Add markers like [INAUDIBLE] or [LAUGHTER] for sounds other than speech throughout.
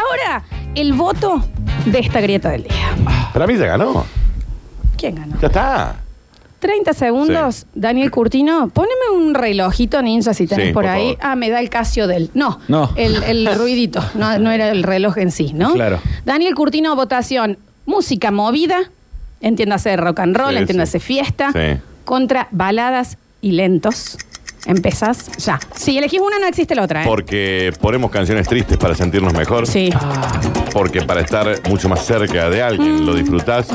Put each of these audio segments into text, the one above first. ahora el voto de esta grieta del día. Para mí ya ganó. ¿Quién ganó? Ya está. 30 segundos, Sí. Daniel Curtino. Póneme un relojito ninja si tenés Sí, por, por ahí. favor. Ah, me da el casio del. No, No. El, el ruidito. No, no era el reloj en sí, ¿no? Claro. Daniel Curtino, votación. Música movida, entiéndase rock and roll, Sí, entiéndase sí. fiesta, Sí. contra baladas y lentos. Empezás ya. Si elegís una, no existe la otra, ¿eh? Porque ponemos canciones tristes para sentirnos mejor. Sí. Porque para estar mucho más cerca de Mm. alguien lo disfrutás.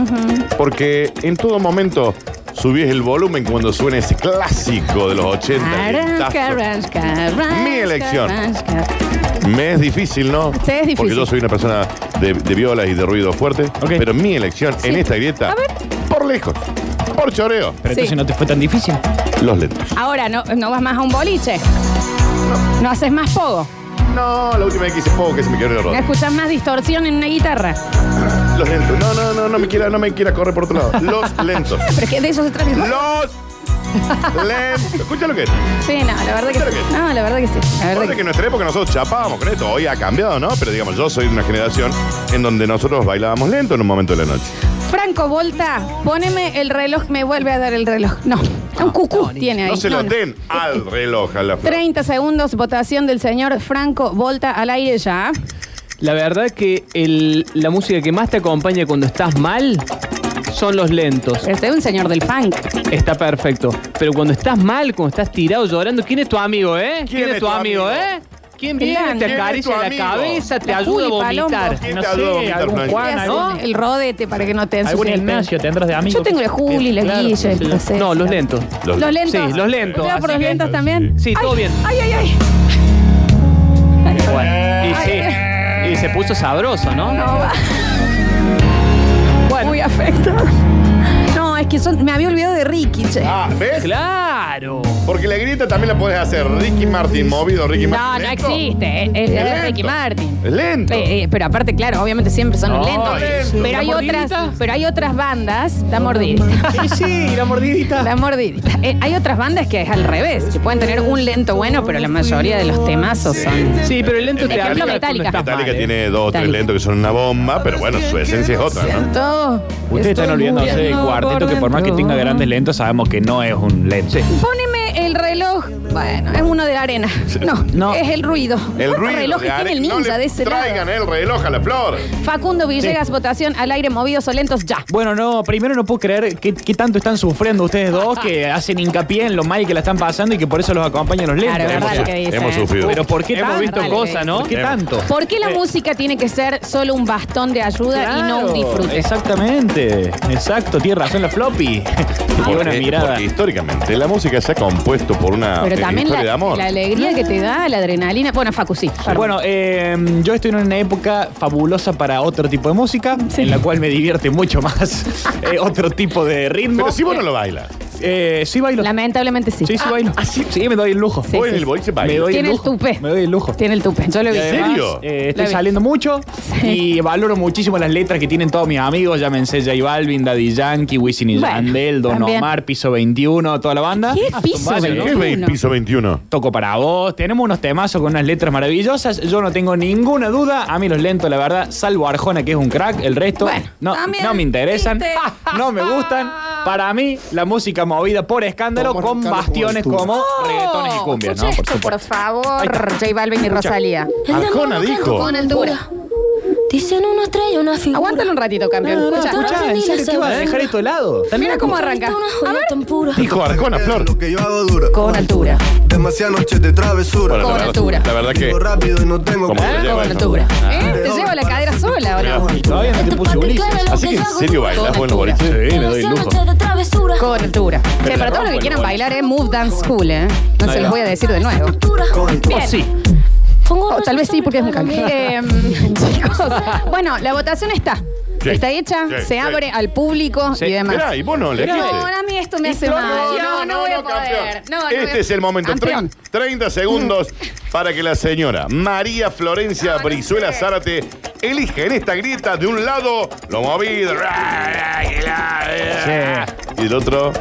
Porque en todo momento subís el volumen cuando suena ese clásico de los 80. el Arranca, guitarrazo. arranca, arranca, Mi elección. arranca. Me es difícil, ¿no? Sí, es difícil. Porque yo soy una persona de, de violas y de ruido fuerte. Ok. Pero mi elección en esta grieta, A ver. por lejos, por choreo, Pero Sí. entonces no te fue tan difícil. los letras. Ahora no, no vas más a un boliche. No haces más pogo. No, la última vez que hice poco que se me quebró el No [LAUGHS] rodilla. escuchas más distorsión en una guitarra. Los lentos. No, no, no, no me quiera, no me quiera correr por otro lado. Los lentos. Pero es que de eso se trata el juego. Los lentos. Escucha lo que es. Sí, no, la verdad que Claro sí. que- No, la verdad que sí. La verdad Aparte que que en nuestra época nosotros chapábamos con esto. Hoy ha cambiado, ¿no? Pero digamos, yo soy de una generación en donde nosotros bailábamos lento en un momento de la noche. Franco Volta, poneme el reloj, me vuelve a dar el reloj. No, un cucú tiene ahí. No se lo no. den al reloj, a la flor. 30 segundos, votación del señor Franco Volta al aire ya. La verdad que el- la música que más te acompaña cuando estás mal son los lentos. Este es un señor del funk. Está perfecto. Pero cuando estás mal, cuando estás tirado llorando, ¿quién es tu amigo, eh? ¿Quién, es tu amigo, eh? ¿Quién viene, Milán. te ¿Quién es acaricia tu la amigo? cabeza, te La ayuda a Juli Palombo. vomitar? ¿Quién No te sé, ayuda a vomitar, algún Florencia? Juan, Te hace algún, El rodete para que no te algún ensucie el Ignacio pelo. tendrás de amigo. Yo tengo el Juli, la Claro. Guille, el José. No, los lentos. Los- Los lentos. Sí, los lentos, ¿Te va por así los que- lentos también? Sí, todo Ay, bien. Ay, ay, ay. Bueno, y sí. Y se puso sabroso, ¿no? No, va. Bueno, Muy afectado. No, es que son, me había olvidado de Ricky, che. Ah, ¿ves? claro. Porque la grieta también la podés hacer Ricky Martin movido, Ricky No, Martin. no lento. existe. Es, es- Es es lento. Ricky Martin. Es lento. Eh, eh, pero aparte, claro, obviamente siempre son los No, eh, lentos. es- Pero ¿La hay, otras, mordidita? pero hay otras bandas. La mordidita. [LAUGHS] Sí, sí, la mordidita. La mordidita. Eh, hay otras bandas que es al revés, que pueden tener un lento bueno, pero la mayoría de los temazos son. Sí, pero el lento te Ejemplo, ayuda cuando Metallica. estás Metallica mal, ¿eh? tiene dos o tres Metallica. lentos que son una bomba, pero bueno, su esencia es otra, ¿no? Todo. Ustedes están Estoy olvidándose del muriendo cuarteto por que por más que dentro. tenga grandes lentos sabemos que no es un lento. Póneme el reloj. Bueno, es uno de arena. No, No. es el ruido. El ¿Cuántos ruido relojes de tiene Are- el no ninja le de ese lado? traigan el reloj a la flor. Facundo Villegas, votación al aire, movidos o lentos, ya. Bueno, no, primero no puedo creer qué, qué tanto están sufriendo ustedes dos que hacen hincapié en lo mal que la están pasando y que por eso los acompañan los lentos. Claro, Hemos, verdad lo que dice, hemos ¿eh? sufrido. Pero ¿por qué Hemos tanto? visto cosas, ¿Por qué Eh, tanto? ¿Por qué la música tiene que ser solo un bastón de ayuda y no un Claro, disfrute? Exactamente, exacto, tiene razón la floppy. Qué buena Porque- mirada. porque históricamente la música se ha compuesto por una Pero eh, también la, historia de amor. la alegría que te da, la adrenalina. Bueno, Facu, sí. perdón. Bueno, eh, yo estoy en una época fabulosa para otro tipo de música, en la cual me divierte mucho más [LAUGHS] eh, otro tipo de ritmo. Pero si vos no lo bailas. Eh, sí bailo. lamentablemente Ah, sí. Sí, sí bailo. sí, me doy el lujo. Sí, Vos en sí, el boliche Me bailas. doy Tiene el el lujo. tupé. Me doy el lujo. Tiene el tupe, yo lo vi. ¿En serio? Eh, La estoy vi. saliendo mucho y valoro muchísimo las letras que tienen todos mis amigos, llámense J Balvin, Daddy Yankee, Wisin y Bueno, Yandel, Don también. Omar, Piso 21, toda la banda. ¿Qué Ah, son piso varios, ¿Qué ¿no? veintiuno? es ve- piso 21? Toco para vos, tenemos unos temazos con unas letras maravillosas, yo no tengo ninguna duda, a mí los lentos, la verdad, salvo Arjona que es un crack, el resto Bueno, no, también, no me interesan, ¿viste? [LAUGHS] no me gustan. Para mí, la música movida por escándalo Como con Ricardo bastiones Juventud. como reggaetones y cumbias, ¿no? Escucha Por esto, por supuesto. favor, Ahí está. J Balvin y Rosalía. Arjona dijo. Con el duro. Dicen una estrella, una figura. Aguántalo un ratito, campeón. Escucha. no, no, Escuchá, ¿en serio qué vas a dejar esto de lado? Mira cómo arranca. Una joya tan pura. Dijo Arjona Flor. Lo que yo hago dura. Con altura. Demasiadas noches de travesura. Bueno, la, Cobertura. verdad, la verdad que. Sigo rápido y no tengo Como que- que lleva Ah. Con eso. altura. ¿Eh? Te lleva la cadera sola ahora. Mira, Todavía no Este te "Este puse Ulises. Así que en serio bailas vos en los boliches. Sí, me doy el lujo. Demasiadas noches de travesura. Con altura. Che, la para todos los que rompo, quieran igual. bailar, eh, Move Dance School, ¿eh? No se los voy a decir de [LAUGHS] nuevo. Bien. Bien. Pongo O tal vez sí, porque es un cambio. cambio. [LAUGHS] chicos, bueno, la votación está. Sí. Está hecha, Sí, se sí. abre al público y demás. Mirá, y vos no le No, a mí esto me hace mal. No, no, voy a poder. No, no voy este a- es el momento. Campeón. Tre- [LAUGHS] 30 segundos para que la señora María Florencia No, no Brizuela sé. Zárate elija en esta grieta de un lado lo movido Sí. y del otro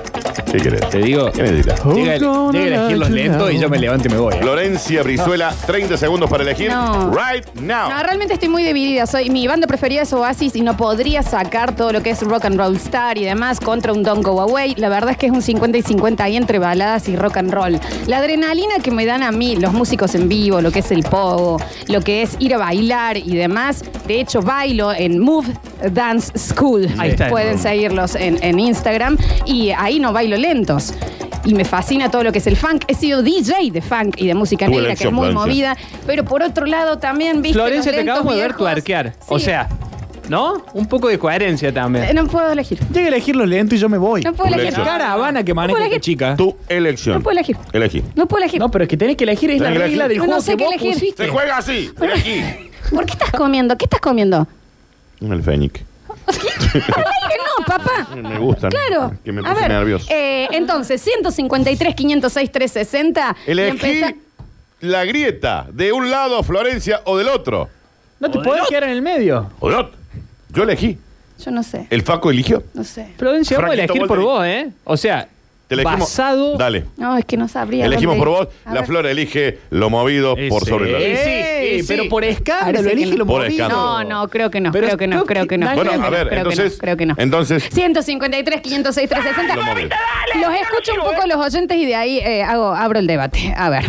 ¿Qué querés? Te digo. ¿Qué necesitas? Uh. Llega, el- llega a elegir los lentos y yo me levanto y me voy. ¿eh? Florencia Brizuela, 30 segundos para elegir. No. Right now. No, realmente estoy muy debilida. Soy, mi banda preferida es Oasis y no podría sacar todo lo que es Rock and Roll Star y demás contra un Don't Go Away. La verdad es que es un 50 y 50 ahí entre baladas y rock and roll. La adrenalina que me dan a mí los músicos en vivo, lo que es el pogo, lo que es ir a bailar y demás. De hecho, bailo en Move Dance School. Ahí está. Pueden seguirlos en, en Instagram y ahí no bailo lentos. Y me fascina todo lo que es el funk. He sido DJ de funk y de música Tuve negra, que es elección, muy Florencia. movida. Pero por otro lado también, viste. Florencia, los te lentos acabamos de ver viejos. tuerquear. O Sí. sea, ¿no? Un poco de coherencia Eh, también. No puedo elegir. Llega a elegir los lentos y yo me voy. No puedo elegir. Elección. No, Caravana que maneja elegir. esta chica. Tu elección. No puedo elegir. Elegí. No puedo elegir. No, pero es que tenés que elegir, es la Tenés que regla elegir. del No, no juego sé que qué vos elegir. pusiste. Se juega así. Elegí. ¿Por qué estás comiendo? ¿Qué estás comiendo? [LAUGHS] Un alféñic. Ay, que no, papá. Me gustan. Claro. Que me a puse ver, nervioso. eh, entonces, 153, 506, 360. y Elegí empezá- la grieta de un lado, Florencia, o del otro. No te podés quedar en el medio. O del otro. Yo elegí. Yo no sé, El Faco eligió. no sé. Florencia, vamos a Franquito elegir por Volteri. vos, ¿eh? O sea, Te elegimos. basado. Dale. No, es que no sabría. Elegimos dónde por ir. vos. A La ver. flor elige lo movido por sobre la ley. Sí, Ey, sí. Pero por escándalo, Parece que elige no. lo Por movido. escándalo. No, no, creo que no, Pero creo que no, creo creo que que no. nadie- creo Bueno, que no, a creo ver, que no, entonces. creo que no. Entonces. 153, 506, 360. Lo movido. Los escucho un poco a los oyentes y de ahí eh, hago, abro el debate. A ver.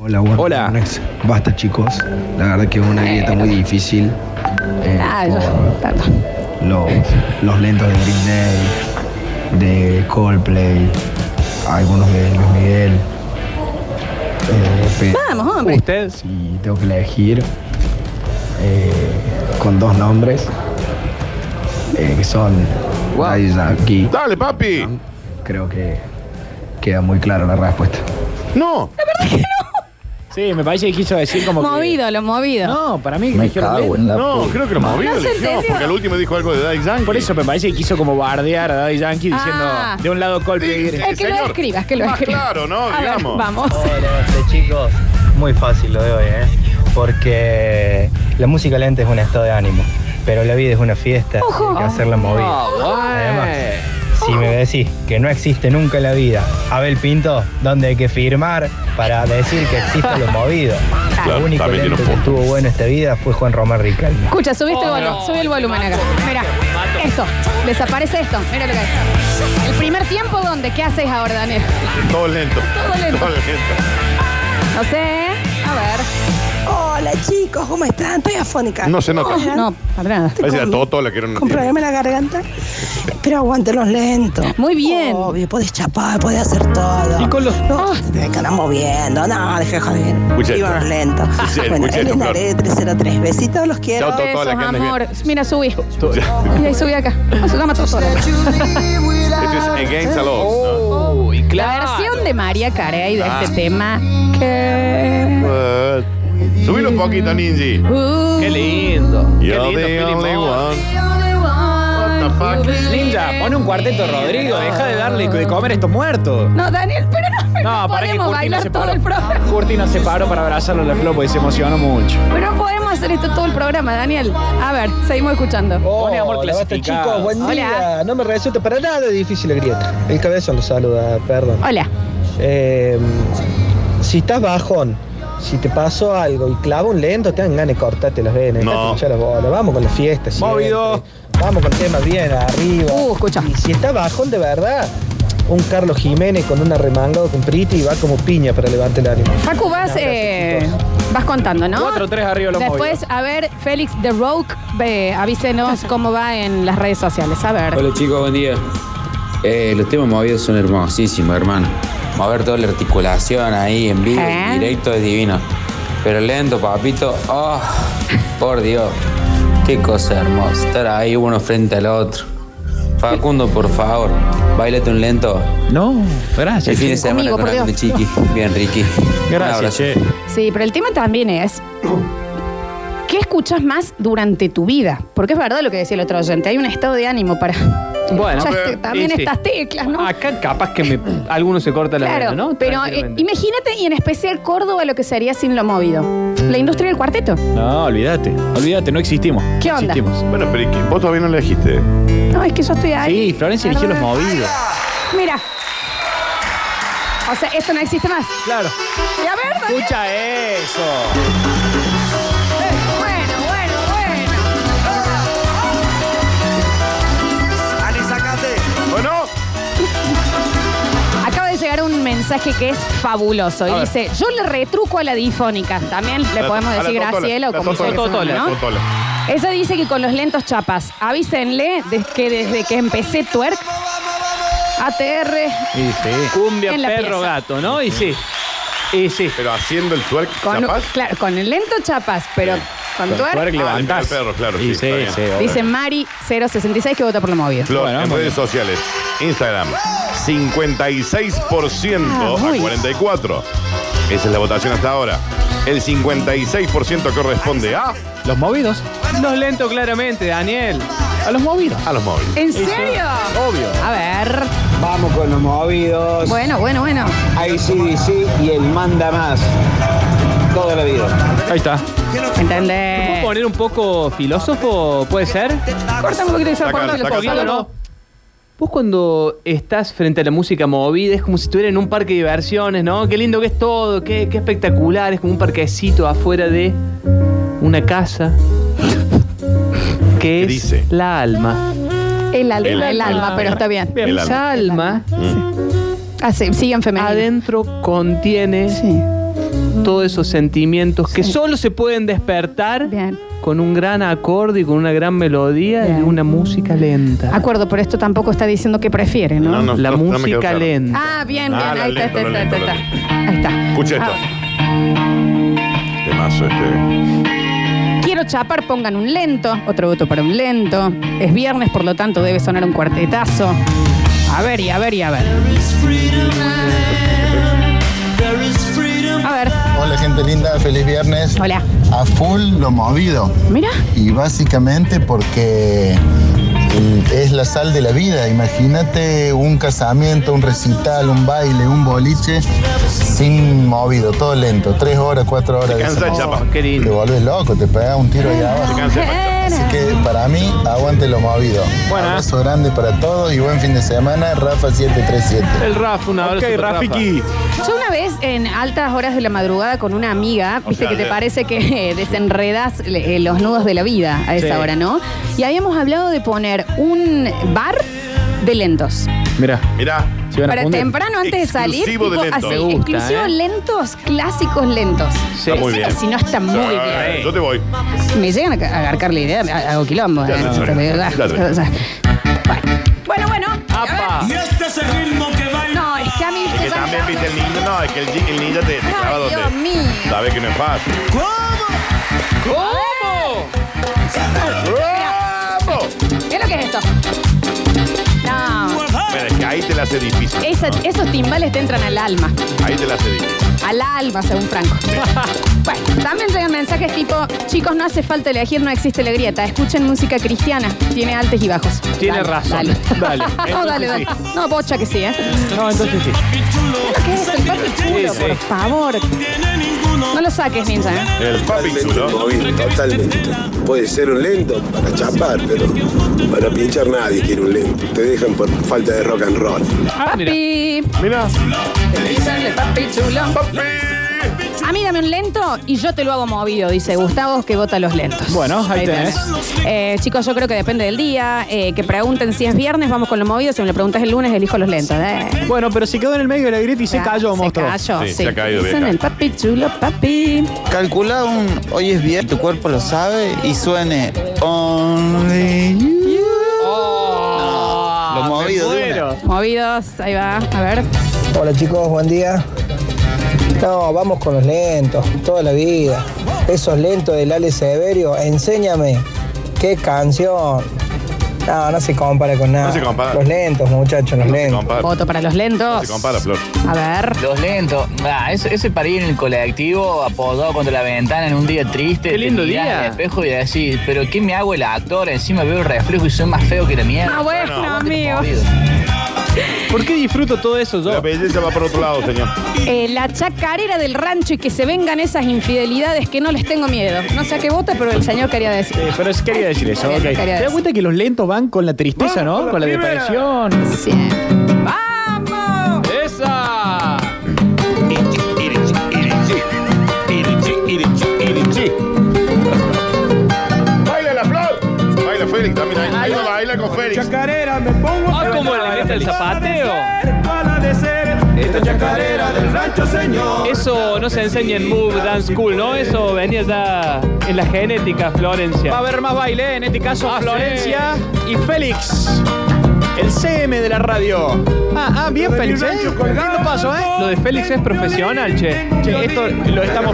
Hola, buenas Hola. tardes. Basta, chicos. La verdad que es una dieta muy difícil. eh, Ah, yo- por perdón. los, los lentos de Green Day, de Coldplay, algunos de Luis Miguel. Eh, pero Vamos, hombre. Usted. si tengo que elegir eh, con dos nombres, eh, que son Daddy Yankee, Dale, papi. creo que queda muy clara la respuesta. No. Sí, me parece que quiso decir como que- Movido, lo movido. Eh, No, para mí Me eligió los cago lentos. en la No, puta. creo que lo movido No se eligió. entendió. Porque al último dijo algo de Daddy Yankee. Por eso me parece que quiso como bardear a Daddy Yankee Ah. diciendo de un lado Coldplay. Sí, y- sí. Eh, que lo señor. escribas, que lo Más escribas. claro, ¿no? A ver, Digamos. vamos. Hola, este, chicos. Muy fácil lo de hoy, ¿eh? Porque la música lenta es un estado de ánimo, pero la vida es una fiesta. y Hay que hacerla movida. Ah, bueno. Además. Si me decís que no existe nunca en la vida, Abel Pinto, ¿dónde hay que firmar para decir que existe lo movido? Claro, lo único también tiene un lento que punto. estuvo bueno esta vida fue Juan Román Riquelme. Escucha, subiste el volumen, sube el volumen acá. Mira, esto, desaparece esto. Mira lo que hay. El primer tiempo, ¿dónde? ¿Qué haces ahora, Daniel? Todo lento. Todo lento. Todo lento. No sé. A ver. Hola chicos, ¿cómo están? Estoy afónica. No se nota. No, para nada. Parece que a Toto la quieren. Con problema en la garganta, pero aguante los lentos. Muy bien. Obvio, podés chapar, podés hacer todo. Y con los- No, te andan moviendo. No, deja de joder. Escucha Iban esto. los lentos. [LAUGHS] Escucha, bueno, escucha esto, Elena de 303. Besitos, los quiero. Chao, Toto, la Besos, que andes bien. amor. Mira, subí. Y ahí subí acá. A su cama, Toto. Esto es Against the Laws. Oh. Uy, La claro. versión de María Carey de Ah. este tema. Que... What? Subilo un poquito, Ninji. Uh, Qué lindo. Qué You're lindo, the Philip only Morris. one. What What the Ninja, pone un cuarteto, Rodrigo. Deja de darle de comer a estos muertos. No, Daniel, pero no, no, No, para que podemos Curti bailar se todo paró. el programa. Curti no se paró para abrazarlo a la flor porque se emocionó mucho. Pero no podemos hacer esto todo el programa, Daniel. A ver, seguimos escuchando. Pone amor Hola, basta, clasificado. chicos, buen Hola. día. No me resulta para nada difícil la grieta. El cabezón lo saluda, perdón. Hola. Eh, si estás bajón, si te pasó algo y clava un lento, te dan ganas de cortarte las venas. No. dejate hinchar las bolas. Vamos con la fiesta. siempre. Movido. Vamos con temas bien arriba. Uh, escucha. Y si estás bajón de verdad, un Carlos Jiménez con una remangado con Priti y va como piña para levantar el ánimo. Facu, vas, eh, vas contando, ¿no? 4-3 arriba los Después, a ver, Félix The Rock, ve, avísenos cómo va en las redes sociales. A ver. Hola chicos, buen día. Eh, los temas movidos son hermosísimos, hermano. Mover toda la articulación ahí en vivo, ¿Eh? en directo es divino. Pero lento, papito, oh, por Dios, qué cosa hermosa. Estar ahí uno frente al otro. Facundo, por favor, bailate un lento. No, El gracias. fin de che. semana Conmigo, con por grande, chiqui. Bien, Ricky. Un Gracias, abrazo. che. Sí, pero el tema también es. ¿Qué escuchas más durante tu vida? Porque es verdad lo que decía el otro oyente. Hay un estado de ánimo para. Bueno, Ya pero- este- también y sí. estas teclas, ¿no? Acá capaz que me, alguno se corta la Claro, vena, ¿no? pero eh, Tranquilamente. imagínate y en especial Córdoba lo que sería sin lo movido. La Mm. industria del cuarteto. No, olvídate. Olvídate, no existimos. ¿Qué No onda? Existimos. Bueno, pero ¿y qué? vos todavía no elegiste. No, es que yo estoy ahí. Sí, Florencia eligió los movidos. Mira, O sea, esto no existe más. Claro. Y a ver, Daniel. Escucha eso. Bueno, bueno, bueno. Ani, sacate. Bueno, Acaba de llegar un mensaje que es fabuloso. Y A ver. dice, yo le retruco a la difónica. También le la- podemos a la decir Totola, Graciela o la como Totola, sea que se llame, la ¿no? Totola. Ella dice que con los lentos chapas. Avísenle de- que desde que empecé twerk, ATR, Y sí. Cumbia, En la perro, pieza. gato, ¿no? Y sí. Y sí. Pero haciendo el twerk, con, capaz. claro, con el lento chapas, pero con twerk. Twerk levantás. Ah, el perro, claro, sí, Y sí, está bien. sí, obvio. Dice Mari 066 que vota por la movida. Flor, Bueno, en muy redes sociales, Instagram, 56% Ah, a voy. 44. Esa es la votación hasta ahora. El 56% corresponde a, Los movidos. Los lentos claramente, Daniel. A los movidos. a los móviles. ¿En serio? Obvio. A ver. Vamos con los movidos. Bueno, bueno, bueno. ICDC y el manda más. Toda la vida. Ahí está. ¿Entendés? Eh. ¿Puedo poner un poco filósofo? ¿Puede ser? Corta un poquito de Saca, Pablo, saca, Pablo, saca. no. Vos cuando estás frente a la música movida es como si estuviera en un parque de diversiones, ¿no? Qué lindo que es todo, qué, qué espectacular, es como un parquecito afuera de una [LAUGHS] casa. Que ¿Qué es dice? la alma. El alma, el, El alma. alma, pero está bien. El alma. Esa alma Ah, sí, sigue en femenino. adentro contiene Sí, todos esos sentimientos que Sí. solo se pueden despertar bien. con un gran acorde y con una gran melodía Bien. y una música lenta. Acuerdo, pero esto tampoco está diciendo que prefiere, ¿no? No, no. la me quedó música claro. lenta. Ah, bien, bien. Ah, la ahí, está, lento, está, la está, lento, la está, ahí está. Escucha esto. Ah, Temazo este. quiero chapar, pongan un lento. Otro voto para un lento. Es viernes, por lo tanto, debe sonar un cuartetazo. A ver, y a ver, y a ver. A ver, Hola gente linda, feliz viernes. hola. A full lo movido. Mira. Y básicamente porque mm, es la sal de la vida. Imagínate un casamiento, un recital, un baile, un boliche sin movido, todo lento. Tres horas, cuatro horas. de Cansa esa- el chapa. Oh, Qué Te lindo. vuelves loco, te pega un tiro allá abajo. Cansa el chapa. Así que para mí, aguante lo movido. Bueno. Abrazo grande para todos y buen fin de semana. Rafa 737. El Rafa, una Ok, Rafiki. Yo una vez en altas horas de la madrugada con una amiga, viste sea, que te de- parece que eh, desenredas eh, los nudos de la vida a esa Sí. hora, ¿no? Y habíamos hablado de poner un bar de lentos. Mira, Mirá. se van a Para fundir. temprano antes de salir, Exclusivo de lentos. así, Me gusta, exclusivo ¿eh? lentos, clásicos lentos. Sí. Está muy Encima, bien. Si no está muy Ah, bien. Yo te voy. Me llegan a ca- a agarcar la idea, ha- hago quilombo. Ya, eh. ya, ya, ya, ya. Bueno, bueno, bueno. a Apa. ver. No, es que a mí Es que ya también estaba- viste el niño. No, es que el, gi- el niño te, te Ay, clava donde. Dios mío. Sabes que no es fácil. ¿Cómo? ¡Bravo! ¿Qué es lo que es esto? No. Pero es que ahí te la hace difícil. Ah, Esa- esos timbales te entran al alma. Ahí te la hace difícil. Al alma, según [LAUGHS] Franco. bueno, también llegan mensajes tipo, chicos, no hace falta elegir, no existe la grieta. Escuchen música cristiana. Tiene altos y bajos. Tiene razón. [LAUGHS] Dale. [LAUGHS] Dale. No, dale, dale. No, bocha que sí, ¿eh? No, entonces sí. ¿Pero ¿Qué es esto? El papi chulo, sí. por favor. No lo saques, ninja. ¿eh? El papi chulo. Totalmente. Puede ser un lento para chapar, pero para pinchar nadie quiere un lento. Te dejan por falta de rock and roll. Ah, mira. Papi. Mira. Te dicen el papi chulo. Papi. A mí dame un lento y yo te lo hago movido, dice Gustavo, que vota los lentos. Bueno, ahí tenés. Eh, chicos, yo creo que depende del día. eh, que pregunten si es viernes, vamos con lo movido. Si me lo preguntas el lunes, elijo los lentos. eh. Bueno, pero se quedó en el medio de la grieta y se cayó, monstruo. Se cayó, sí. Sí, se ha caído, Dicen vieja. el papi chulo, papi. Calcula un hoy es bien, tu cuerpo lo sabe y suene Only you. Ah, Lo movido me de muero. Movidos, ahí va. A ver. Hola chicos, buen día. No, vamos con los lentos, toda la vida. Esos lentos del Ale Severio, enséñame. Qué canción. No, no se compara con nada. No se compara. Los lentos, muchachos, los Se lentos. compara. Voto para los lentos. Se compara, Flor. A ver. Los lentos. Ah, eso, eso es para ir en el colectivo apodado contra la ventana en un día triste. Qué lindo te mirás día. al espejo y decís, pero ¿qué me hago el actor? Encima veo el reflejo y soy más feo que la mierda. Ah, bueno, amigo. Movido. ¿Por qué disfruto todo eso La yo? belleza va por otro lado, señor. Eh, la chacarera del rancho y que se vengan esas infidelidades que no les tengo miedo. No sé a qué vota, pero el señor quería decir. Sí, pero sí quería decir eso, Quería- ok. quería ¿Te das decir. cuenta que los lentos van con la Vamos tristeza, no? con Con la la primera. depresión. Sí. ¡Vamos! ¡Esa! Félix también. Ahí, ahí lo baila con Félix. Chacarera me pongo Ah, como la gente del zapateo. Esta chacarera del rancho, señor. Eso no se enseña en Move Dance School, ¿no? Eso venía ya en la genética, Florencia. Va a haber más baile, en este caso Ah, sí. Florencia y Félix. El CM de la radio. Ah, ah bien Félix, ¿eh? Lindo paso, ¿eh? Lo de Félix es profesional, che. Che, esto lo estamos...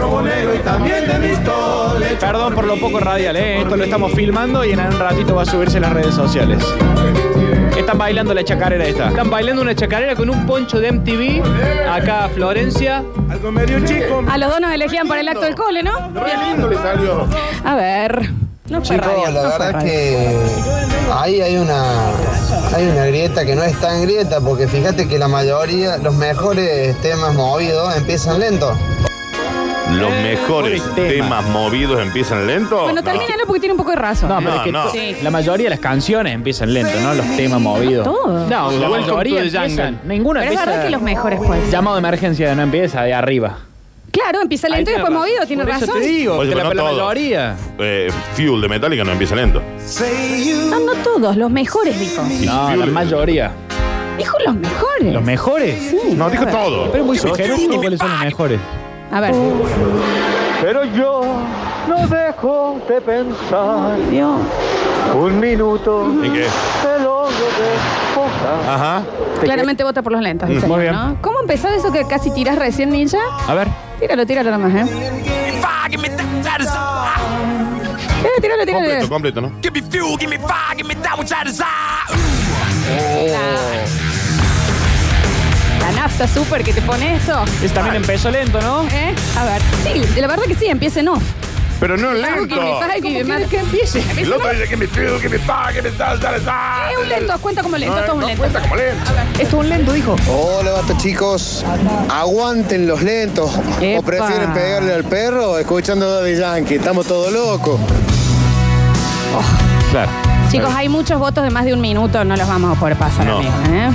Perdón por lo poco radial, ¿eh? Esto lo estamos filmando y en un ratito va a subirse a las redes sociales. Están bailando la chacarera esta. Están bailando una chacarera con un poncho de MTV. Acá Florencia. Algo medio chico. A los dos nos elegían para el acto del cole, ¿no? lindo le salió. A ver. No fue Chicos, radio, la no fue verdad radio. que ahí hay una, hay una grieta que no es tan grieta, porque fíjate que la mayoría, los mejores temas movidos empiezan lentos. Los mejores temas movidos empiezan lento. Ah. Bueno, No. termínalo porque tiene un poco de razón. No, pero es que No, no. Sí. la mayoría de las canciones empiezan lento, ¿no? Los temas movidos. Todo. No, la Welcome mayoría to the empiezan. jungle. Ninguna Pero es empieza. verdad que los mejores, pues. Llamado de emergencia no empieza de arriba. Claro, empieza lento y después movido, tiene Por razón. Eso te digo, Oye, que pero no la, la todos. mayoría. Eh, Fuel de Metallica no empieza lento. No, no todos, los mejores, dijo. No, la mayoría. Dijo los mejores. ¿Los mejores? Sí, No, dijo a ver. todo. Pero es muy sugerente cuáles son los mejores. A ver. Pero yo no dejo de pensar. Dios. Un minuto ¿En qué? Eh. te logro despojar. Ajá. Claramente vota por los lentos, el señor, bien. ¿no? ¿Cómo empezó eso que casi tiras recién, ninja? A ver. Tíralo, tíralo nomás, ¿eh? Eh, tíralo, Completo, tíralo. completo, ¿no? Give me fuel, give me fire, give me that which I desire. La nafta super que te pone esto. Ese también empezó lento, ¿no? ¿Eh? A ver. Sí, la verdad que sí, empieza en off. Pero no Fucking lento. Ah, me fucking me mad- Empieza en El otro off. dice que me fuel, que me fuck, que me tal, tal, tal. Es un lento, cuenta como lento, No, esto es un no lento. cuenta como lento. Esto es un lento, dijo. Hola, basta chicos. Aguanten los lentos. Epa. Eh, ¿O prefieren pegarle al perro escuchando Daddy Yankee? Estamos todos locos. Claro. Chicos, hay muchos votos de más de un minuto, no los vamos a poder pasar, No. amigos, ¿eh?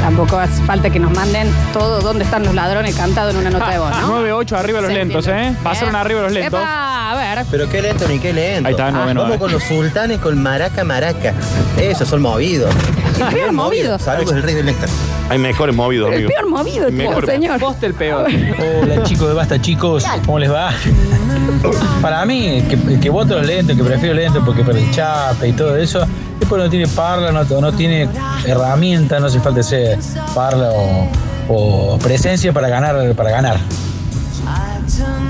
Tampoco hace falta que nos manden todo donde están los ladrones cantado en una nota de voz, ¿no? 9-8 arriba los Se lentos, entiende. ¿eh? Pasaron Bien. arriba los lentos. Epa, a ver. Pero qué lento ni qué lento. Ahí está, noveno, Vamos eh. con los sultanes con maraca maraca. Esos son movidos. peor movido. Saludos el rey del néctar. Hay mejores movidos, El amigo. peor movido, tú, Mejor. señor. Poste el peor. Hola chicos de Basta chicos, ¿cómo les va? Para mí, que, que voto los lentos, que prefiero lento porque para el chape y todo eso, es porque no tiene parla, no, no tiene herramienta, no hace falta ser parla o, o presencia para ganar, para ganar.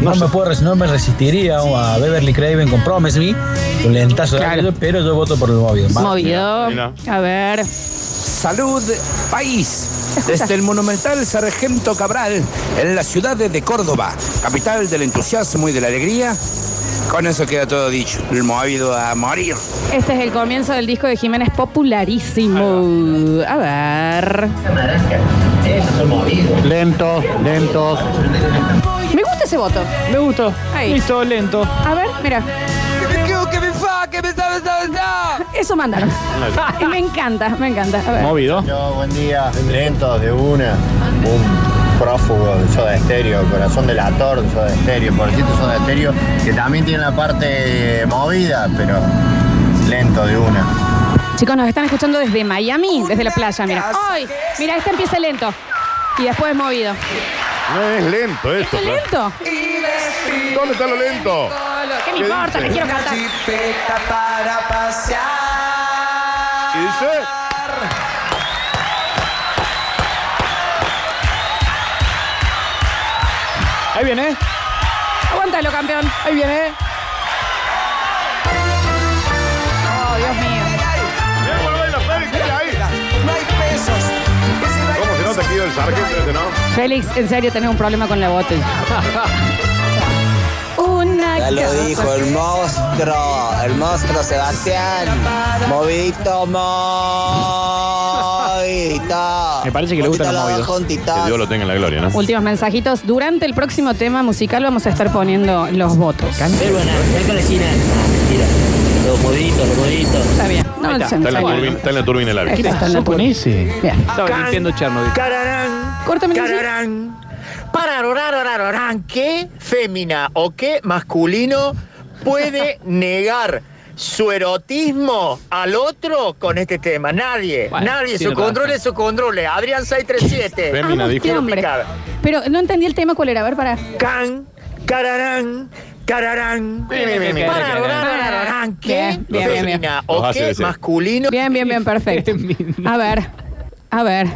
No, me puedo, res- no me resistiría a Beverly Craven con Promise Me, un lentazo de aquello, pero yo voto por el [LAUGHS] móvil. Movido. Mira, A ver. Salud, país. Desde el monumental Sargento Cabral, en la ciudad de Córdoba, capital del entusiasmo y de la alegría. Con eso queda todo dicho. El movido a morir. Este es el comienzo del disco de Jiménez popularísimo. A ver. Lento, lento. Me gusta ese voto. Me gustó. Ahí. Listo, lento. A ver, mira. Eso mandaron. [LAUGHS] me encanta, me encanta. A ver. Movido. Yo, buen día. Lentos de una. Un prófugo de Soda Estéreo, Corazón del Ator de Soda Estéreo, Porcito Soda Estéreo, que también tiene la parte movida, pero lento de una. Chicos, nos están escuchando desde Miami, desde la playa, mira. ¡Ay! Mira, este empieza lento. Y después es movido. No es lento ¿Esto esto. es claro. lento? ¿Dónde está lo lento? ¿Qué me ¿Qué importa? dice? Que quiero cantar. Chipeta para pasear. ¿Y dice? Ahí viene. ¿eh? Aguántalo, campeón. Ahí viene. Oh, Dios mío. Mira cómo baila Félix, mira ahí. No hay pesos. que si no hay ¿Cómo se nota que iba el sargento este, no? Félix, en serio, tenés un problema con la botella. Una Ya lo cosa. dijo el monstruo, el monstruo Sebastián. Movidito, movidito. Me parece que le gustan los Movidito movidos. abajo, un Que titán. Dios lo tenga en la gloria, ¿no? Últimos mensajitos. Durante el próximo tema musical vamos a estar poniendo los votos. Los moditos, los moditos. Está bien. No, Ahí está. se- Está en la se- turbina, está en la turbina el Ahí árbitro. está, está en la Yo con turbina. ese. Bien. Estaba diciendo Chernobyl. Cararán, Córtame la música. cararán. Pararorarorarán. ¿Qué fémina o qué masculino puede negar su erotismo al otro con este tema. Nadie, Bueno, nadie. tiene Su controle, su controle. Adrián 637. Amo este hombre. Pero no entendí el tema cuál era. A ver, para. Can, cararán, cararán. Pararán, ¿Qué? Bien, bien, bien, bien. Femenina, ¿O Los hace qué? decir. Masculino. Bien, bien, bien, perfecto. A ver, a ver.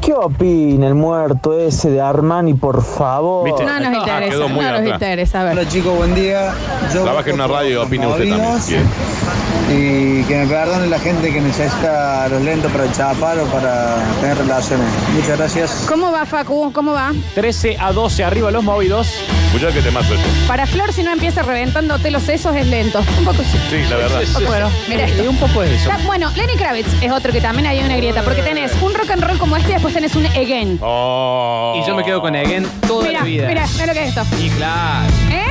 ¿Qué opina el muerto ese de Armani, por favor? No nos interesa, Oh, ah, quedó muy no nos atrás. interesa. A ver. Hola chicos, buen día. Trabaja en una radio, opine usted también. movidas. Bien. Y que me perdone la gente que necesita los lentos para chapar o para tener relaciones. Muchas gracias. ¿Cómo va, Facu? ¿Cómo va? 13 a 12, arriba los movidos. Muchachos, que te mazo esto. Para Flor, si no empieza reventándote los sesos, es lento. Un poco sí. Sí, la verdad. Bueno, mira esto. un poco de eso. Está- bueno, Lenny Kravitz es otro que también hay una grieta, porque tenés un rock and roll como este y después tenés un again. Oh. Y yo me quedo con Again toda mira, la vida. mira, mira lo que es esto. Y claro. ¿Eh?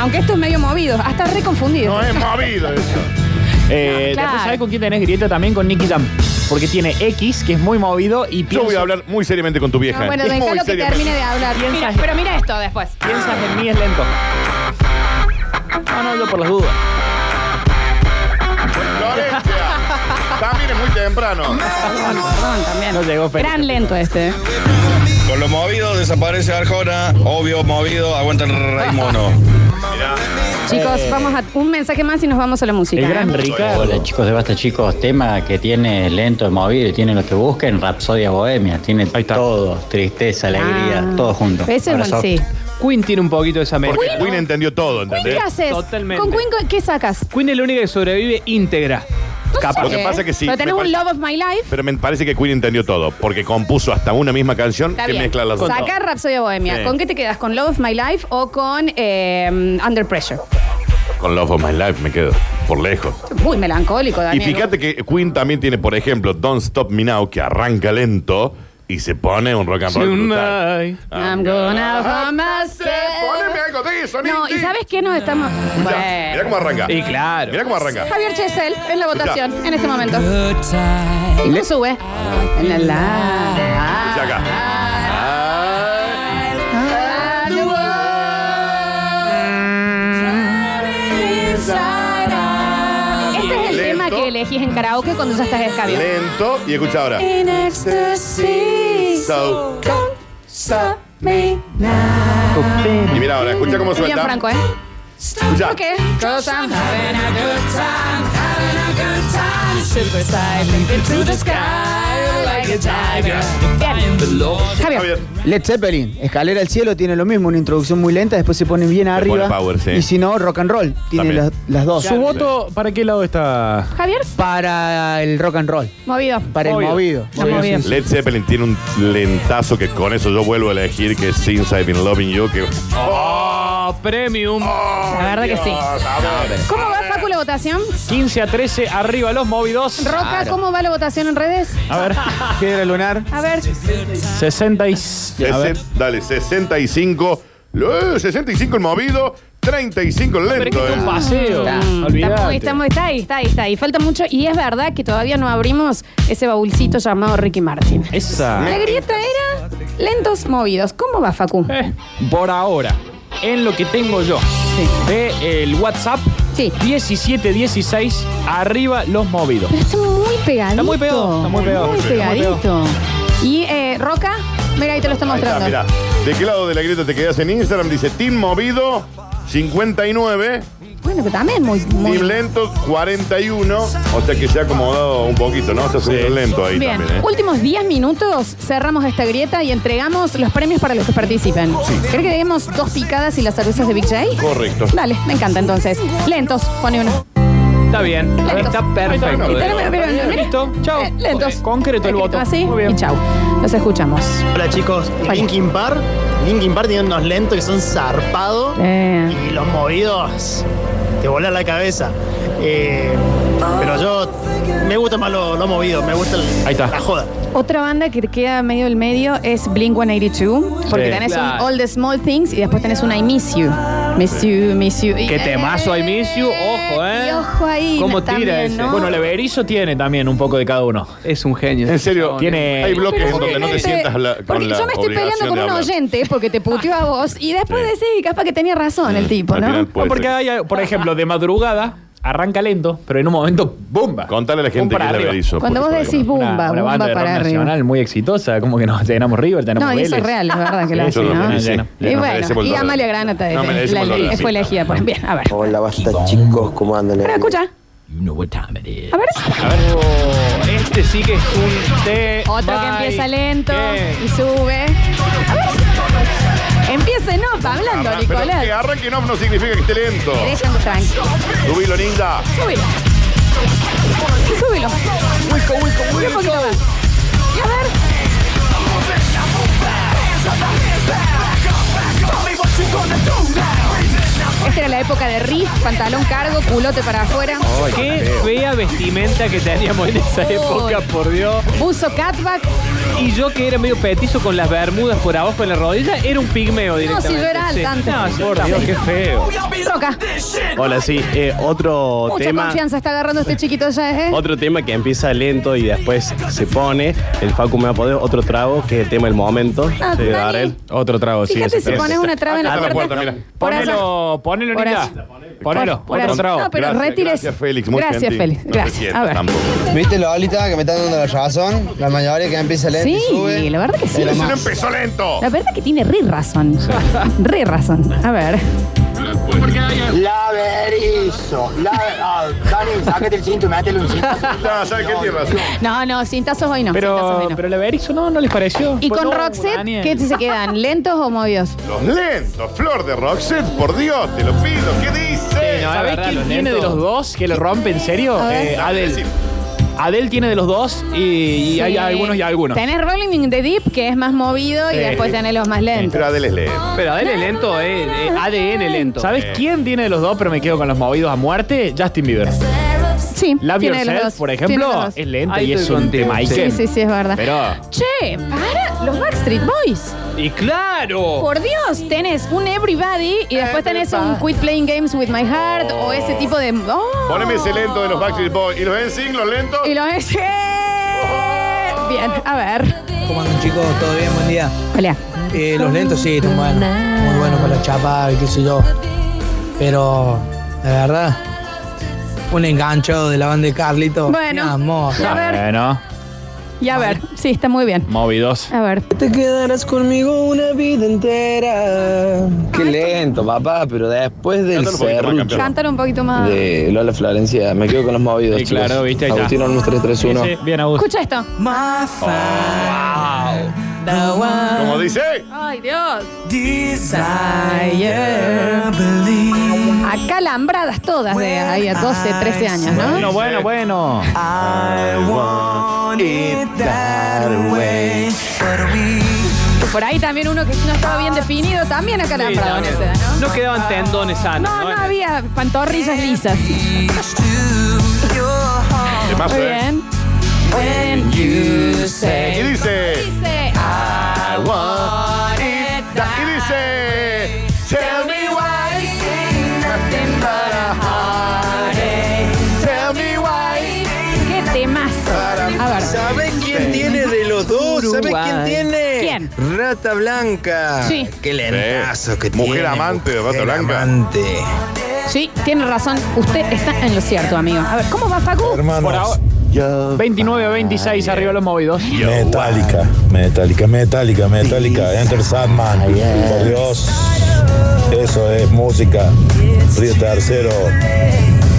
Aunque esto es medio movido, hasta re confundido. Ah, No es movido eso. Eh, Claro. después, ¿sabes con quién tenés grieta también? Con Nicky Jam. Porque tiene X, que es muy movido, y Yo pienso- voy a hablar muy seriamente con tu vieja. No, bueno, [LAUGHS] Muy déjalo que seriamente. termine de hablar. Mira, pero mira esto después. Piensas en mí es lento. No, no, yo por las dudas. Florencia, también es muy temprano. Perdón, también. No llegó Felipe. Gran lento este. ¿eh? Con lo movido desaparece Arjona, obvio movido, aguanta el [LAUGHS] rey mono. Chicos, vamos a un mensaje más y nos vamos a la música. ¿eh? Hola chicos de Basta Chicos, tema que tiene lento, movido, tiene lo que busquen, Rapsodia Bohemia, tiene todo, tristeza, alegría, todo junto. Ah. Ese es Abrazo. buen sí. Queen tiene un poquito de esa mezcla. Porque Queen- Queen entendió todo, ¿Qué haces? Totalmente. ¿Con Queen qué sacas? Queen es la única que sobrevive íntegra. No Capaz. sé. Lo que pasa que sí, Pero me tenés un parece- Love of My Life. Pero me parece que Queen entendió todo, porque compuso hasta una misma canción Está que bien. mezcla las dos. Sacar Rhapsody Bohemia. Sí. ¿Con qué te quedas? ¿Con Love of My Life o con eh, Under Pressure? Con Love of My Life me quedo, por lejos. Muy melancólico, Y Daniel. fíjate que Queen también tiene, por ejemplo, Don't Stop Me Now, que arranca lento y se pone un rock and roll brutal. Ah, I'm gonna find myself. Poneme algo de eso, No, ¿y sabes qué nos estamos...? Mirá, mirá cómo arranca. Y claro. Mirá cómo arranca. Javier Chesel en la votación en este momento. ¿Y cómo sube? La, la. Escuchá acá. Este es el Lento. tema que elegís en karaoke cuando ya estás escabio. Lento y escucha ahora. In ecstasy, So. come stop me now. Y mira ahora, escucha cómo Bien suelta. franco, ¿eh? Escucha. Ok. Cause I'm having a good time, having a good time. Super side, leaping to the sky like a tiger. Javier. Led Zeppelin, Escalera al Cielo tiene lo mismo, una introducción muy lenta, después se pone bien arriba. pone power, sí. Y si no, rock and roll, tiene También. las, las dos. ¿Su voto para qué lado está? Javier. Para el rock and roll. Movido. Para el movido. Está movido. Led Zeppelin tiene un lentazo que con eso yo vuelvo a elegir que es Since I've Been Loving You. Que... Oh, premium. La verdad que sí. ¿Cómo va, Facu, la votación? 15 a 13, arriba los movidos. Roca, ¿cómo va la votación en redes? A ver, Piedra Lunar. A ver. 60 y... A ver. Sesen- dale, 65. eh, 65 el movido, 35 el lento. eh. Mm, Está, está, muy- está muy- está ahí, está ahí, está ahí. Falta mucho. Y es verdad que todavía no abrimos ese baúlcito llamado Ricky Martin. Esa. La grieta era lentos movidos. ¿Cómo va, Facu? Eh, Por ahora, en lo que tengo yo de el WhatsApp, 1716, arriba los movidos. Pero está muy pegadito. Está muy pegado, está muy pegado. Muy Muy pegado. pegadito. Y eh, Roca, mira, ahí te lo está Ahí está, mostrando. mirá. ¿De qué lado de la grieta te quedas en Instagram? Dice Team Movido 59, Bueno, que también muy, muy Team Lento 41. O sea que se ha acomodado un poquito, ¿no? Está subiendo lento ahí Bien, también, ¿eh? últimos 10 minutos cerramos esta grieta y entregamos los premios para los que participen. ¿Crees que demos dos picadas y las cervezas de Big J? Correcto. Dale, me encanta entonces. Lentos, pone una. Está bien. Está perfecto. Ahí está, mira, mira, mira. Listo. Chao. Eh, lentos. Concreto el Escrito voto. Así y chau. Nos escuchamos. Hola chicos, Linkin Park. Linkin Park tiene unos lentos que son zarpados Eh. y los movidos te vuelan la cabeza. Eh, pero yo me gusta más lo, lo movido, me gusta el- Ahí está. la joda. Otra banda que queda medio del medio es Blink 182, porque Sí, tenés un claro. All the Small Things y después tenés un I Miss You. Miss you, miss you. Qué temazo hay, miss you. Ojo, Eh, ¿eh? Y ojo ahí. ¿Cómo na- tira también, ese? ¿no? Bueno, el Everizo tiene también un poco de cada uno. Es un genio. En serio, tiene. hay bloques en donde no te sientas habla- este, Porque con la yo me estoy peleando obligación con de un hablar. oyente eh, porque te puteó a vos y después decís, capaz que tenía razón el tipo, Al ¿no? final puede No, porque hay, por ejemplo, de madrugada arranca lento, pero en un momento, ¡bumba! Contale a la gente Bum que para es el arriba. Berizo, Cuando vos decís Una- bumba, una bumba banda de rock para arriba. nacional muy exitosa, como que nos llenamos River, tenemos No, y eso es Vélez. real, es verdad que la Sí, hace, eso ¿no? también, sí. Y No bueno, merecemos el y dólar. Amalia Granata No merecemos el dólar, sí. fue elegida por. Bien, a ver. Hola, basta chicos, ¿cómo andan? eh? Pero escucha. A ver. A ver. Oh, este sí que es un té. Otro que bye. empieza lento ¿Qué? y sube. A ver. Empiece no, pa' hablando, Arran- Ah, pero Nicolás. que arranque no, no significa que esté lento. Déjame tranquilo. Subilo, linda. Súbilo. Súbilo. Huico, huico, huico. Un poquito más. Y a ver. Esta era la época de riff, pantalón cargo, culote para afuera. Oh. Qué fea vestimenta que teníamos en esa Uy. época, por Dios. Uso catback. Y yo que era medio petizo con las bermudas por abajo de la rodilla, era un pigmeo directamente. si yo era alta antes. No, por Dios, qué feo. Roca. Hola, sí, eh, otro Mucha tema. confianza está agarrando este chiquito ya, ¿eh? Otro tema que empieza lento y después se pone. El Facu me va a poder otro trago, que es el tema del momento. Ah, Sí, Dani. Darel. Otro trago, sí, Fíjate ese si tema. pones una traba en la Ah, Acá está puerta. mira. Por Ponelo, ponelo, Por Nita. allá. Ponelo, Por otro allá. trago. No, pero Gracias, retires. gracias, Félix, muy gracias, gentil. Félix. No te gracias. sientas A ver. tampoco. ¿Viste, Lolita, que me está dando la razón? La mayoría que empieza lento y Sí, sube. la verdad que sí. Era Eso más. no empezó lento. La verdad que tiene re razón. Re razón. A ver. La verizo. La ah, Dani, sácate el cinto y métele un cinto. No, ¿sabes qué tiene razón? No, no, cintazos hoy no. cintazos hoy Pero, no. pero la Berizzo no, no les pareció. ¿Y Pues con no, Roxette Daniel. qué se quedan? ¿Lentos o movidos? Los lentos, Flor de Roxette, por Dios, te lo pido. ¿Qué dice? ¿Sabés quién tiene de los dos que le rompe en serio? A ver. Eh, Adel. Adel tiene de los dos y, y Sí. hay algunos y algunos. Tenés Rolling in the Deep, que es más movido, y Sí. después tenés los más lentos. es lento. Pero Adele es lento, eh, eh, ADN lento. ¿Sabes Eh, quién tiene de los dos, pero me quedo con los movidos a muerte? Justin Bieber. Sí, Love tiene de los Yourself, dos. ¿eh? por Tiene ejemplo, de los dos. es lento Ahí y estoy es un contigo. tema. Sí, sí, sí, es verdad. Pero. Che, para los Backstreet Boys. ¡Y claro! Por Dios, tenés un Everybody y después tenés un Quit Playing Games with My Heart o ese tipo de. ¡Oh! Poneme ese lento de los Backstreet Boys. ¿Y los Ensign, los lentos? Y los Oh. Bien, a ver. ¿Cómo andan, chicos? ¿Todo bien? Buen día. Hola. Eh, los lentos sí, están buenos. Muy buenos para chapar, qué sé yo. Pero, la verdad, un enganchado de la banda de Carlito. Bueno. Oh, Mi amor. A ver. Bueno, Y a ver, sí, está muy bien. ¿eh, movidos. A ver. Te quedarás conmigo una vida entera. Qué lento, papá, pero después del cerrucho Cantar un poquito más. de Lola Florencia, me quedo con los movidos. Y claro, viste, ahí está. Agustín Olmos 331. Sí, sí, bien, Agus. Escucha esto. Como dice. Ay, Dios. Acá alambradas todas de ahí a 12, 13 años, ¿no? Bueno, Ah, bueno, bueno. Ah, Por ahí también uno que no estaba Ah. bien definido, también acá alambrado en esa edad, ¿no? No quedaban tendones sanos. No, no había pantorrillas lisas. Temazo, Muy ¿eh? bien. Y dice. Dice, I want it. Y dice. Tell me why it ain't nothing but a heartache. Tell me why. Qué temazo. A ver. ¿Saben quién tiene de los dos? ¿Saben quién tiene? ¿Quién? Rata Blanca. Sí. Qué lentazo que Mujer tiene. amante de Rata Blanca. amante. Sí, tiene razón. Usted está en lo cierto, amigo. A ver, ¿cómo va Facu? Por ahora, 29 a 26 arriba los movidos. Metálica, metálica, metálica, metálica. Enter Sandman. Por Dios. Eso es música. Río Tercero.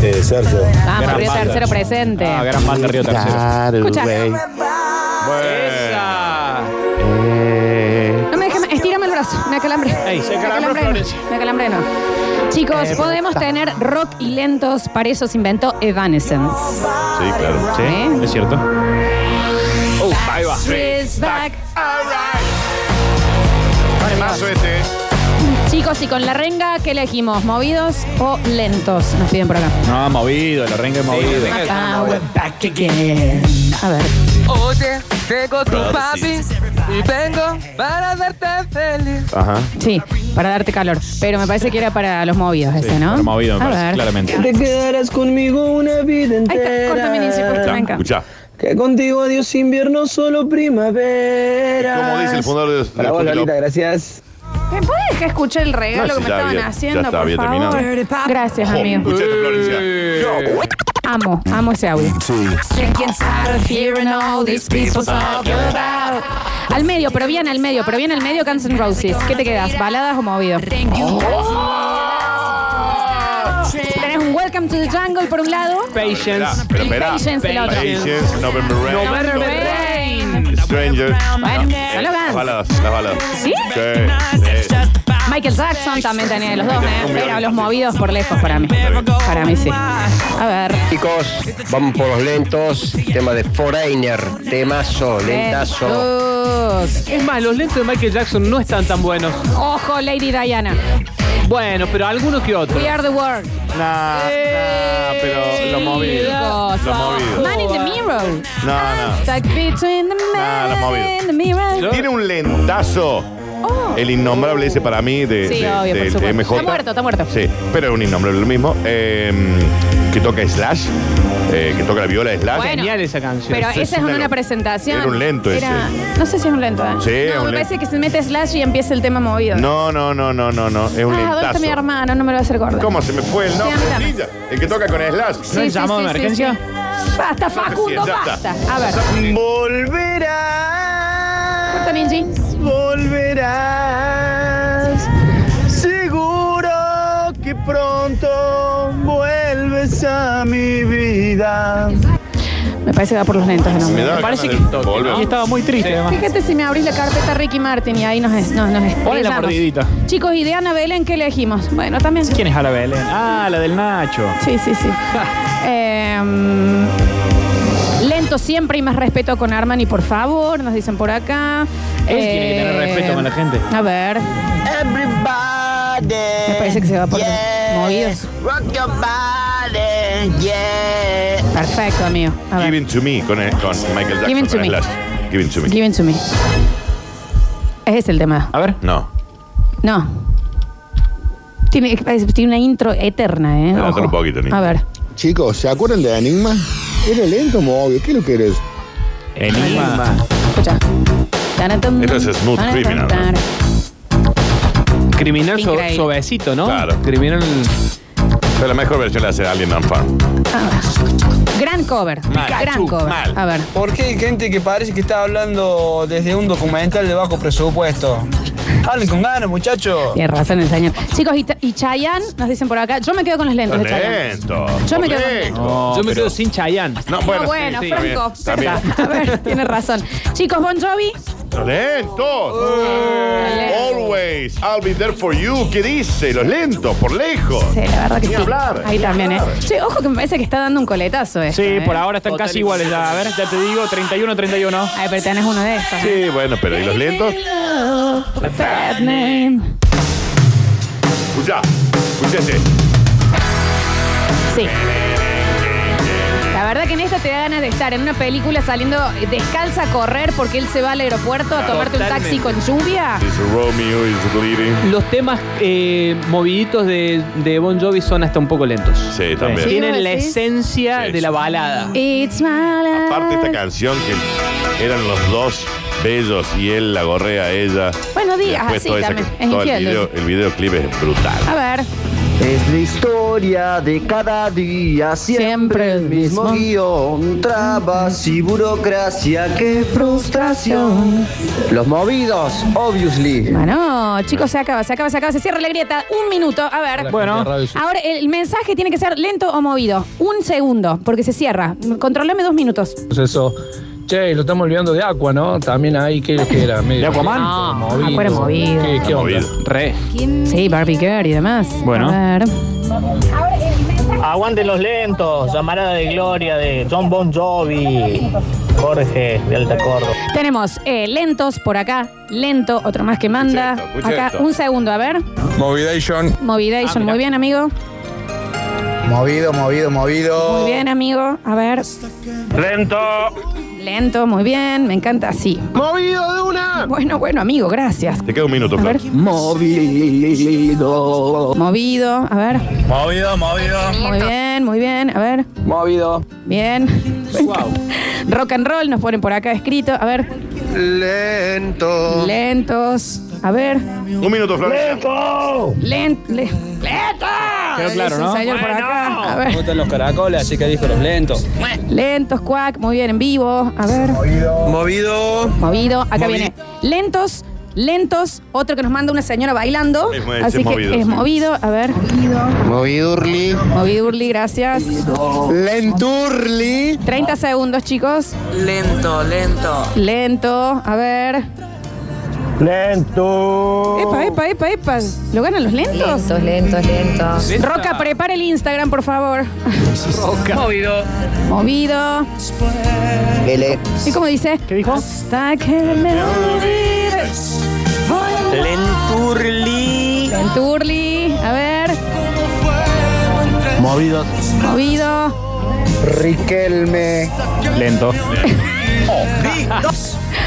Eh, Sergio. Vamos, Río Tercero presente. Ah, gran banda Río Tercero. Escucha. Esa. No me dejes, estírame el brazo, me acalambre. Ey, se me acalambró acalambré, Florencia. me acalambré, no. Chicos, Eh, podemos tener rock y lentos, para eso se inventó Evanescence. Sí, claro. Sí, es cierto. Uh, Oh, ahí va. She's back. Temazo este. Chicos, y con la renga, ¿qué elegimos? ¿Movidos o lentos? Nos piden por acá. No, movido, la renga es movido. Ah, we're back again. A ver. Oye, llegó tu papi y vengo para verte feliz. Ajá. Sí, para darte calor. Pero me parece que era para los movidos ese, ¿no? para movido, me A parece, ver. claramente. Te quedarás conmigo una vida entera. córtame, Nancy, cortame, me encanta. Escucha. Que contigo adiós invierno, solo primavera. ¿Y cómo dice el fundador de- del Para vos, Club Lolita, gracias. ¿Me puedes dejar escuchar el regalo No, que sí, me ya estaban había- ya haciendo, estaba, por había favor? Gracias, Oh, amigo. escuchate, Florencia. Yo. Amo, amo ese audio. Al medio, pero bien al medio, pero bien al medio Guns N' Roses. ¿Qué te quedas? ¿Baladas o movido? Tenés un Welcome to the Jungle por un lado. Patience. Pero espera. Patience, el otro. Patience, November Rain. November Rain. Stranger. Bueno, son los Las Guns. baladas, las baladas. ¿Sí? Sí. sí. Michael Jackson también tenía de los dos, ¿eh? Pero los movidos por lejos para mí. Para mí sí. A ver. Chicos, vamos por los lentos. Tema de Foreigner, temazo, lentazo. Es más, los lentos de Michael Jackson no están tan buenos. Ojo, Lady Diana. Bueno, pero algunos que otros. We are the world. Nah, nah, pero lo movido. Chicos, Lo movido. Man in the mirror. No, no. Stuck between the Nah, lo man movido. in the mirror. Tiene un lentazo. El innombrable ese para mí de, Oh. Sí, de- obvio, por del supuesto. MJ. Está muerto, está muerto. Sí, pero es un innombrable lo mismo. Eh, que toca Slash, eh, que toca la viola Slash. Bueno, Genial esa canción. Pero esa es una presentación. Era un lento Era- No sé si es un lento. ¿eh? Sí, es no, un me lento. parece que se mete slash y empieza el tema movido. No, no, no, no, no, no. Es un Ah, ¿dónde está mi lentazo. hermano? No me lo va a hacer gorda. ¿Cómo se me fue el nombre? Sí, Ninja, El que toca con Slash. Sí, sí, sí, sí, sí. Basta, Facundo, Ya está. basta. A ver. Volverás. Corta, Ninji. Volverás. Seguro que pronto vuelves a mi vida. Me parece que va por los lentos de nombre. Me da Me parece ganas de volver. Y estaba muy triste, además. Fíjate si me abrís la carpeta Ricky Martin y ahí nos es, nos, nos Ponle la estrellamos. mordidita. Chicos, ¿y de Ana Belén qué elegimos? Bueno, también. ¿Quién es Ala Belén? Ah, la del Nacho. Sí, sí, [LAUGHS] sí. Em, lento siempre y más respeto con Armani, por favor, nos dicen por acá. Em, Él tiene que tener respeto con la gente. A ver. Eh, Me parece que se va por movidos. Rock your body, yeah. Perfecto, amigo. Giving to me con, con Michael Jackson. Giving to con me. Slash. Giving to me. Give it to me. Ese es el tema. A ver. No. No. Tiene, tiene una intro eterna, ¿eh? Adelántalo Ojo. un poquito, Nico. A ver. Chicos, ¿se acuerdan de Enigma? Era lento, obvio. ¿Qué es lo que eres? Enigma. Escucha. Tanatum, Esto es Smooth tanatum, Criminal, ¿no? tanatum. Criminal so- Increíble. sobecito, ¿no? Claro. Criminal. Pero la mejor versión la hace Alien and Farm. Gran cover. Gran cover. A ver. ¿Por qué hay gente que parece que está hablando desde un documental de bajo presupuesto? Hablen con ganas, muchachos. Tiene razón el señor. Chicos, y, y Chayanne, nos dicen por acá. Yo me quedo con los lentes de Chayanne. Ah, Lento. Yo me quedo con Lento. Yo me pero- quedo sin Chayanne. No, bueno, No, bueno, sí, sí, Franco. está bien, está bien. [LAUGHS] A ver, tiene razón. Chicos, Bon Jovi. ¡Lento! Always, I'll be there for you. ¿Qué dice? Los lentos, por lejos. Sí, la verdad que Ni sí. hablar. Ahí también, ¿eh? Che, ojo que me parece que está dando un coletazo esto, Sí, ¿eh? por ahora están casi iguales. ya. A ver, ya te digo, 31-31. Ay, pero tenés uno de estos. ¿eh? Sí, bueno, pero ¿y los lentos? Bad name. Escucha, escuchate. Sí. La verdad que en esta te da ganas de estar en una película saliendo descalza a correr porque él se va al aeropuerto Ah, a tomarte un taxi con lluvia. This Romeo is bleeding. Los temas eh, moviditos de, de Bon Jovi son hasta un poco lentos. Sí, también. Sí, Tienen ¿Sí? la esencia de la balada. It's my life. Aparte esta canción que eran los dos bellos y él la gorrea a ella. Bueno, digas Después así toda esa- también. Es todo el, infiel. video, el videoclip es A brutal. ver. Es la historia de cada día, siempre, el mismo, guión. Trabas y burocracia, qué frustración. Los movidos, obviously. Bueno, chicos, se acaba, se acaba, se acaba, se cierra la grieta. Un minuto, a ver. Bueno. Ahora el mensaje tiene que ser lento o movido. Un segundo, porque se cierra. Controlame dos minutos. Pues Eso. Che, lo estamos olvidando de Aqua, ¿no? También ahí que era medio. ¿De Aquaman? No, Ah, movido. Ah, Aqua era movido. ¿Qué, qué onda? Re. Sí, Barbie Girl y demás. Bueno. A ver. Aguanten los lentos, llamarada de gloria de John Bon Jovi, Jorge de Alta Córdoba. Tenemos eh, lentos por acá, lento, otro más que manda. escucha acá, esto. un segundo, a ver. Movidation. Movidation, muy bien, amigo. Movido, movido, movido. Muy bien, amigo. A ver. Lento. Lento, muy bien, me encanta así. ¡Movido de una! Bueno, bueno, amigo, gracias. Te queda un minuto, A ver. Flor. Movido. Movido, a ver. Movido, movido. Muy bien, muy bien, a ver. Movido. Bien. Rock and roll nos ponen por acá escrito, a ver. Lentos. Lentos, a ver. Un minuto, Flor. ¡Lento! ¡Lento! ¡Lento! Quedó claro, Dice un ¿no? señor por acá. A Me ver. gustan los caracoles, así que dijo los lentos. Lentos, cuac, muy bien, en vivo. A ver. Movido. Movido. Movido. Acá Movi- viene. Lentos, lentos. Otro que nos manda una señora bailando. Mismo es, Así es que movido, es sí. movido. A ver. Movidurli. Movido, Urli, gracias. Lenturli. 30 segundos, chicos. Lento, lento. Lento. A ver. Lento. Epa, epa, epa, epa. ¿Lo ganan los lentos? Lentos, lentos, lentos. Roca, prepara el Instagram, por favor. Movido. Movido. ¿Y cómo dice? ¿Qué dijo? Hasta que me olvides. Lenturli. Lenturli. A ver. Movido. Movido. Riquelme. Lento.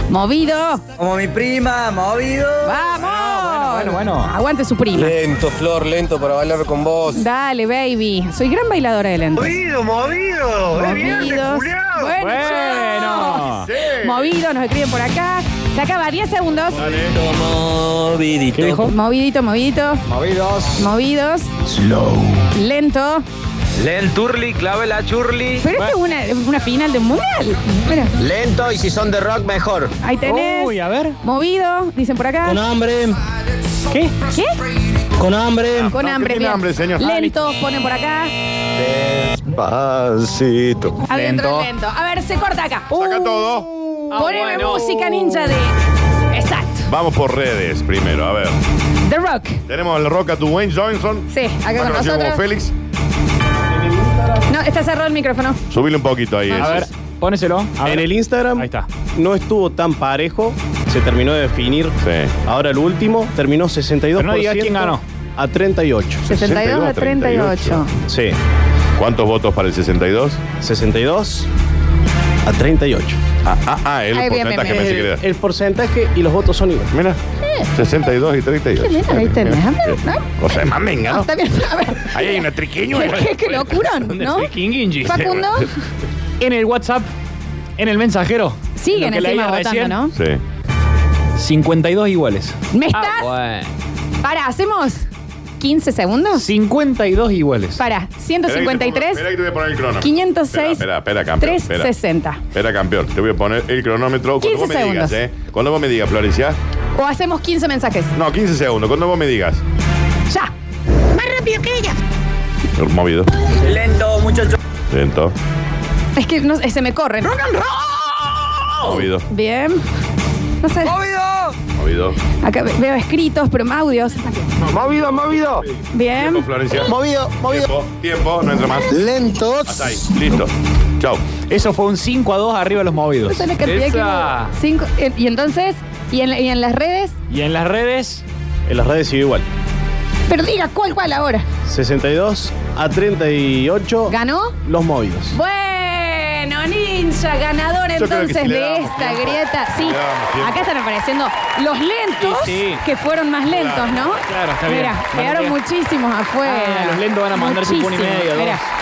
Movido. Como mi prima, movido. ¡Vamos! Ah, Bueno, bueno, Aguante su prima. Lento, Flor, lento para bailar con vos. Dale, baby. Soy gran bailadora de lento. Movido, movido. Movidos. Bueno, Bueno. chao. Movido, nos escriben por acá. Se acaba 10 segundos. Movidito. ¿Qué dijo? Movidito, movidito. Movidos. Movidos. Slow. Lento. Lenturli, clave la churli. Pero esto es una, una final de un mundial. Mira, Lento y si son de rock, mejor. ahí tenés. Uy, a ver. Movido, dicen por acá. Con hambre. ¿Qué? ¿Qué? Con hambre. Con hambre, bien. Lento, ponen por acá. Despacito. Adentro del lento. A ver, se corta acá. Saca todo. Poneme bueno. música ninja de. Exacto. Vamos por redes primero, a ver. The Rock. Tenemos el rock a tu Wayne Johnson. Sí, acá más con conocido nosotros. como Félix. No, está cerrado el micrófono. Subile un poquito ahí. A ver, póneselo. En el Instagram no estuvo tan parejo, se terminó de definir. Ahora el último terminó 62%. Pero no digas quién ganó. A 38. 62 a 38. Sí. ¿Cuántos votos para el 62? 62 a 38. Ah, ah, ah el Ay, bien, porcentaje bien, bien. me dice que era. El porcentaje y los votos son iguales. Mira, 62 y Qué 38. bien, ahí tenés. A ver, ¿no? O sea, más me engañó. Ah, Está bien, a ver. [LAUGHS] Ahí hay una triqueño. ¿Qué, qué locurón, ¿no? Facundo, En el WhatsApp, en el mensajero. Siguen lo que encima leía votando, recién, ¿no? Sí. 52 iguales. ¿me estás? Ah, Bueno. [LAUGHS] Para, ¿hacemos 15 segundos? 52 iguales. Para, 153, Espera que te voy a poner el cronómetro. 506, Espera, espera, campeón. espera. 360. Espera, campeón. Te voy a poner el cronómetro cuando 15 vos me digas, segundos. ¿eh? Cuando vos me digas, Florencia. O hacemos 15 mensajes. No, 15 segundos. Cuando vos me digas. Ya. Más rápido que ella. Movido. Lento, muchacho. Lento. Es que no- se me corren. Movido. Bien. No sé. ¡Movido! Movido. Acá ve- veo escritos, pero más audios. Movido, movido. Bien. Tiempo, Florencia. Movido, movido. Tiempo, tiempo, no entra más. Lentos. Hasta ahí. Listo. Chau. Eso fue un 5 a 2 arriba los movidos. Esa es la cantidad Esa. que- cinco- eh, y entonces, y en, y en las redes, Y en las redes, En las redes sigue igual. pero diga cuál, cuál ahora. 62 a 38. ¿Ganó? Los movidos. Bueno, ninja, ganador Yo creo que entonces sí le de damos esta tiempo. grieta. Sí, Le damos tiempo. acá están apareciendo los lentos Sí, sí. que fueron más lentos, ¿no? claro, está bien. Mira, Van a quedaron quedar- muchísimos afuera. Ah, los lentos van a mandarse un Muchísimos. puño y medio, dos. Mira,